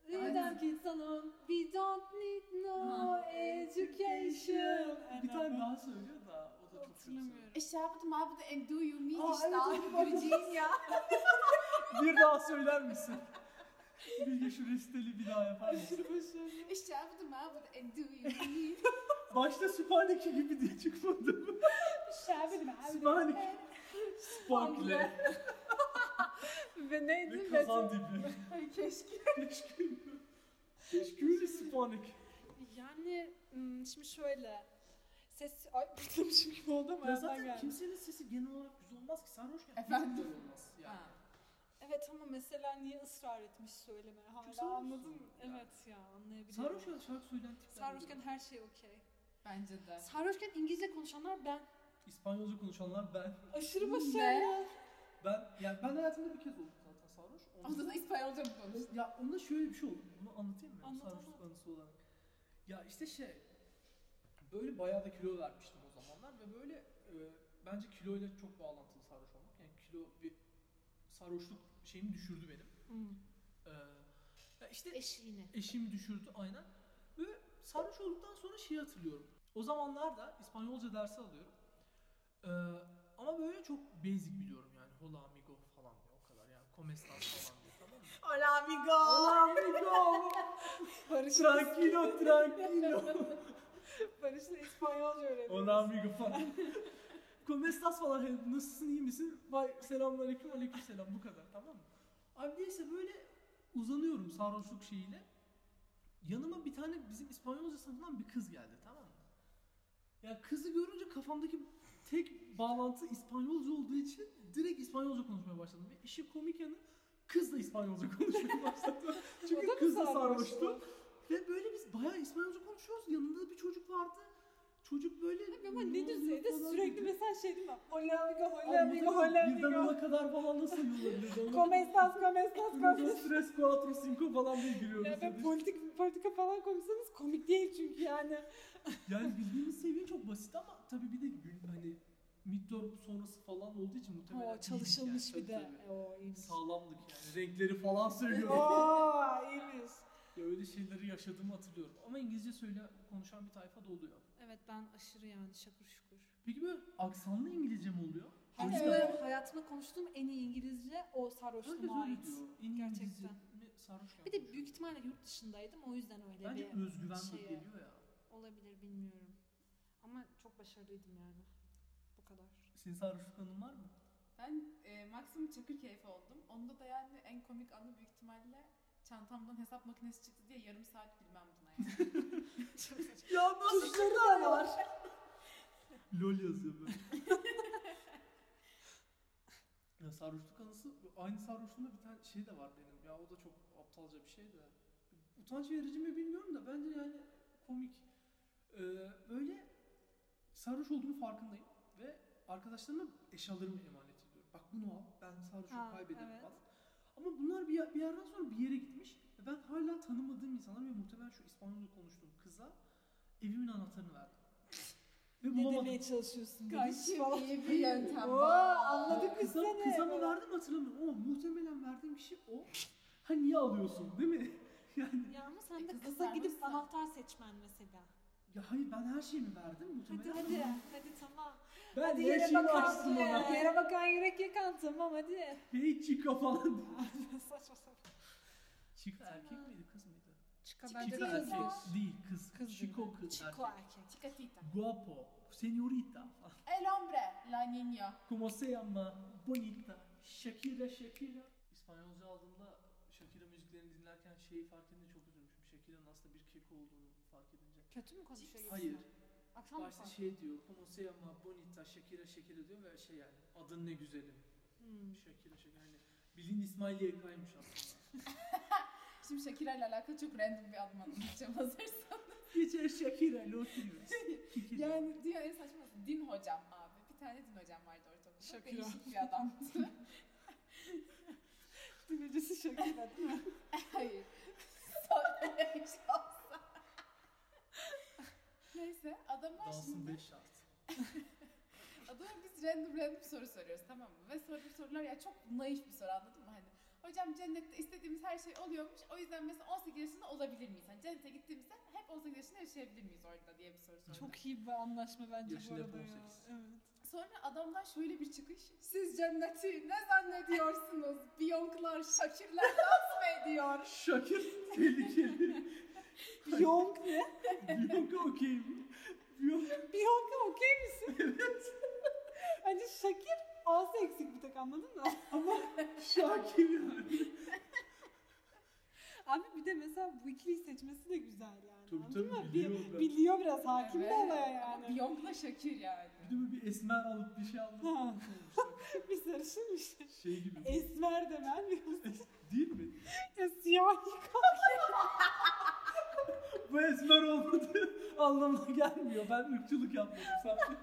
S6: Neden ki salon? We don't need no education.
S2: Bir tane daha söylüyor da o da çok
S6: Hatırlamıyorum.
S3: Eşarbıdım abi de and do you mean
S2: Aa,
S3: işte
S2: evet,
S3: abi göreceğin ya.
S2: güzel. Bir daha söyler misin? Bilge şu resteli bir daha yapar mısın?
S3: Eşarbıdım abi de and do you mean.
S2: Başta Süpaneki gibi diye çıkmadı mı?
S6: Şerbetim
S2: Süpaneki. Sparkle.
S6: Ve neydi?
S2: Ve
S6: Ve-
S2: kazan dibi.
S3: Ay keşke.
S2: Keşke. Keşke öyle Süpaneki.
S6: Yani hmm, şimdi şöyle. Ses... Ay bıktım gibi oldu ama
S2: Ya
S6: nereden
S2: zaten
S6: geldi?
S2: kimsenin sesi genel olarak güzel olmaz ki sarhoşken.
S3: Efendim?
S2: Hiç güzel olmaz yani.
S3: Ha.
S6: Evet ama mesela niye ısrar etmiş söyleme?
S2: Çok
S6: Hala
S2: sarhoş
S6: anladın mı?
S2: yani.
S6: Evet ya anlayabiliyorum.
S2: Sarhoşken şarkı söyleyen tipler.
S6: Sarhoşken her şey okey.
S3: Bence de.
S6: Sarhoşken İngilizce konuşanlar ben.
S2: İspanyolca konuşanlar ben.
S6: Aşırı
S3: Ne?
S6: başarılı.
S2: Ben yani ben hayatımda bir kez oldum zaten sarhoş. Ondan-
S3: Onda da İspanyolca mı konuştun?
S2: ya onda şöyle bir şey oldu. Bunu anlatayım mı?
S6: Anlat,
S2: Sarhoşluk
S6: anlat.
S2: anısı olarak. Ya işte şey böyle bayağı da kilo vermiştim o zamanlar ve böyle e, bence kiloyla çok bağlantılı sarhoş olmak. Yani kilo bir sarhoşluk şeyimi düşürdü benim.
S1: Hmm.
S2: Ee, ya işte
S8: Eşiğini.
S2: Eşimi düşürdü aynen. Ve sarhoş olduktan sonra şeyi hatırlıyorum. O zamanlarda İspanyolca dersi alıyorum. Ee, ama böyle çok basic biliyorum yani. Hola amigo falan diyor o kadar yani. Como estas falan diyor tamam mı?
S1: Hola amigo.
S2: Hola amigo.
S1: Barış,
S2: tranquilo tranquilo.
S1: Barış'ın İspanyolca öğreniyor.
S2: Hola amigo falan. Como estas falan. Hey, Nasılsın iyi misin? Vay selamünaleyküm aleyküm selam bu kadar tamam mı? Abi neyse böyle uzanıyorum sarhoşluk şeyiyle. Yanıma bir tane bizim İspanyolca sınıfından bir kız geldi tamam mı? Ya kızı görünce kafamdaki tek bağlantı İspanyolca olduğu için direkt İspanyolca konuşmaya başladım. Ve işi komik yanı kız da İspanyolca konuşmaya başladı. Çünkü
S6: O da mı
S2: kız da
S6: sarhoştu?
S2: sarhoştu. Ve böyle biz bayağı İspanyolca konuşuyoruz. Yanında da bir çocuk vardı. Çocuk böyle...
S6: Ama ne
S2: oluyor
S6: düzeyde
S2: falan
S6: sürekli
S2: dedi.
S6: mesela şey değil mi? Hola amigo, hola
S2: Anlatamam.
S6: amigo, hola
S2: Birden
S6: amigo.
S2: ona kadar falan nasıl yollanıyor?
S1: Como estas, como estas, como
S2: Dos, tres, cuatro, cinco falan diye giriyoruz.
S1: Ya ben
S2: dedi.
S1: politik, politika falan konuşsanız komik değil çünkü yani.
S2: Yani bildiğimiz seviye çok basit ama tabii bir de gün hani midterm sonrası falan olduğu için muhtemelen
S5: Oo,
S2: iyiydik
S5: çalışılmış
S2: yani.
S5: bir de.
S2: Tabii,
S5: Oo,
S2: tabii.
S5: iyiymiş.
S2: Sağlamdık yani. Renkleri falan söylüyor.
S1: Oo iyiymiş.
S2: ya öyle şeyleri yaşadığımı hatırlıyorum. Ama İngilizce söyle konuşan bir tayfa da oluyor.
S6: Evet ben aşırı yani şakır şukur.
S2: Peki böyle aksanlı İngilizce mi oluyor?
S5: Hani
S2: Bizde-
S5: öyle hayatımda konuştuğum en iyi İngilizce o
S2: Herkes
S5: sarhoşluğuma
S2: öyle
S5: ait.
S2: diyor. En İngilizce
S6: Gerçekten.
S2: mi sarhoşken
S6: Bir de
S2: konuşuyor.
S6: büyük ihtimalle yurt dışındaydım o yüzden öyle
S2: Bence
S6: bir
S2: özgüven de
S6: şeye-
S2: geliyor ya.
S6: olabilir bilmiyorum. Ama çok başarılıydım yani. Bu kadar.
S2: Senin sarhoşluk anın var mı?
S3: Ben e, maksimum Çakırkeyf oldum. Onda da yani en komik anı büyük ihtimalle çantamdan hesap makinesi çıktı diye yarım saat bilmem buna yani.
S2: Ya
S1: Tuşları aralar.
S2: LOL yazıyor böyle. ya sarhoşluk anısı, aynı sarhoşluğumda bir tane şey de var benim. Ya o da çok aptalca bir şey de. Utanç verici mi bilmiyorum da bence yani komik. Ee, böyle sarhoş olduğumu farkındayım ve arkadaşlarıma eşyalarımı emanet ediyorum. Bak bunu al, ben sarhoşum
S6: Ha,
S2: kaybederim
S6: evet.
S2: falan. Ama bunlar bir, bir yerden sonra bir yere gitmiş ve ben hala tanımadığım insanlar ve muhtemelen şu İspanyolca konuştuğum kıza evimin anahtarını verdim. Ve
S1: Ne
S2: bulamadım.
S1: demeye çalışıyorsun? Geliş falan.
S3: Karşı iyi bir yöntem.
S1: Oo anladık biz
S2: Kıza,
S1: seni.
S2: kıza mı verdim hatırlamıyorum ama muhtemelen verdiğim kişi o. Ha niye alıyorsun değil mi? Yani
S6: Ya ama sen
S3: E,
S6: de
S3: kızı
S6: kıza gidip
S3: sarmışsa.
S6: anahtar seçmen mesela.
S2: ya hayır ben her şeyimi verdim
S6: Hadi
S2: muhtemelen.
S6: hadi hadi tamam.
S2: Ben
S1: Hadi
S2: her
S1: yere
S2: şeyimi
S1: bakan
S2: açtım
S1: ya.
S2: ona.
S6: Yere bakan yürek yakan tamam hadi.
S2: Hey Chica falan diye.
S6: Saçma sapan.
S2: Chica erkek miydi kız mıydı?
S6: Çıka
S2: Chica
S6: bence
S2: erkek.
S6: kız.
S2: Değil kız.
S6: Kız
S2: Chico kız
S6: Çiko
S2: erkek.
S6: erkek.
S3: Chicatita.
S2: Guapo. Senorita falan.
S3: El hombre. La niña.
S2: Como se llama? Bonita. Shakira Shakira. İspanyolca aldığımda Shakira müziklerini dinlerken şeyi fark edince çok üzülmüşüm. Shakira'nın aslında bir keko olduğunu fark edince.
S6: Kötü mü konuşuyor?
S2: Hayır.
S6: Aksan mı
S2: Başta
S6: fark?
S2: şey diyor, como se llama bonita, Shakira Shakira diyor ve şey yani, adın ne güzelim.
S6: Hmm.
S2: Shakira Shakira hani bilin İsmail YK'ymış aslında.
S3: Şimdi Shakira ile alakalı çok random bir adım anlatacağım hazırsan.
S2: Geçer Shakira ile oturuyoruz. Kikili.
S3: yani diyor en saçması din hocam abi. Bir tane din hocam vardı ortaokulda.
S6: Shakira.
S3: Değişik bir adamdı.
S1: Dinleyicisi şakayla değil mi?
S3: Hayır. Sonra neymiş olsa. Neyse adama
S2: Dansın
S3: şimdi
S2: beş şart.
S3: adama biz random random soru soruyoruz tamam mı? Ve sorduğum sorular ya çok naif bir soru anladın mı? Hani hocam cennette istediğimiz her şey oluyormuş. O yüzden mesela 18 yaşında olabilir miyiz? Hani cennete gittiğimizde hep 18 yaşında yaşayabilir miyiz orada diye bir soru sorduk.
S1: Çok iyi bir anlaşma bence
S2: Yaşın
S1: bu
S2: hep
S1: arada ya.
S2: 18.
S1: Evet.
S3: Sonra adamdan şöyle bir çıkış. Siz cenneti ne zannediyorsunuz? Biyonklar, şakirler dans mı ediyor?
S2: Shakir tehlikeli.
S1: Yonk ne?
S2: Biyonka okey mi? Biyonka
S1: Bir yonka okey misin? Evet. hani Şakir ağzı eksik bir tek anladın mı?
S2: Shakir yani.
S1: Abi bir de mesela Weekly'i seçmesi de güzel yani.
S2: Tabii,
S1: anladın
S2: tabii,
S1: mı?
S2: biliyor ben.
S1: Bir, biliyor biraz hakim de olaya
S3: Ama
S1: yani.
S3: Biyonkla şakir yani.
S2: Bir de böyle bir esmer alıp bir şey
S1: Ha.
S2: anlatmış.
S1: bir sarışın bir şey.
S2: şey gibi.
S1: Esmer de ben biraz
S2: Değil mi?
S1: ya siyah.
S2: Bu esmer olmadı anlamına gelmiyor. Ben ırkçılık yapmadım sadece.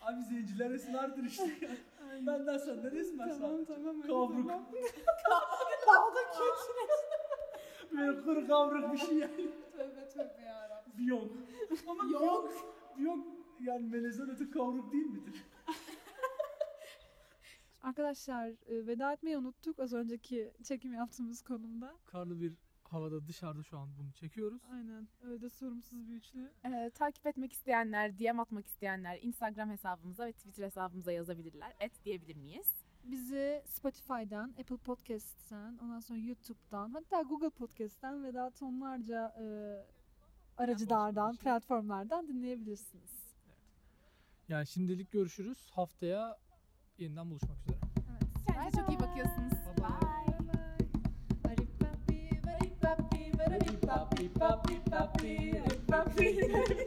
S2: Abi zenciler esmerdir işte. Benden senden esmer
S1: Tamam
S2: sadece.
S1: tamam öyle
S2: Kavruk.
S1: tamam. Daha da kötü.
S2: Böyle kuru kavruk bir şey yani.
S3: Tövbe tövbe yarabbim.
S2: Biyonk. Ama biyonk. Biyonk yani melezden öte kavruk değil midir?
S5: Arkadaşlar e, veda etmeyi unuttuk az önceki çekim yaptığımız konumda.
S2: Karlı bir havada dışarıda şu an bunu çekiyoruz.
S5: Aynen öyle de sorumsuz bir üçlü.
S3: Ee, takip etmek isteyenler, DM atmak isteyenler Instagram hesabımıza ve Twitter hesabımıza yazabilirler. Et diyebilir miyiz?
S5: Bizi Spotify'dan, Apple Podcast'ten, ondan sonra YouTube'dan, hatta Google Podcast'ten ve daha tonlarca e, aracılardan, platformlardan dinleyebilirsiniz.
S2: Yani şimdilik görüşürüz. Haftaya yeniden buluşmak üzere.
S3: Kendinize çok iyi bakıyorsunuz. Bye.
S5: Bye.
S4: Papi papi papi papi.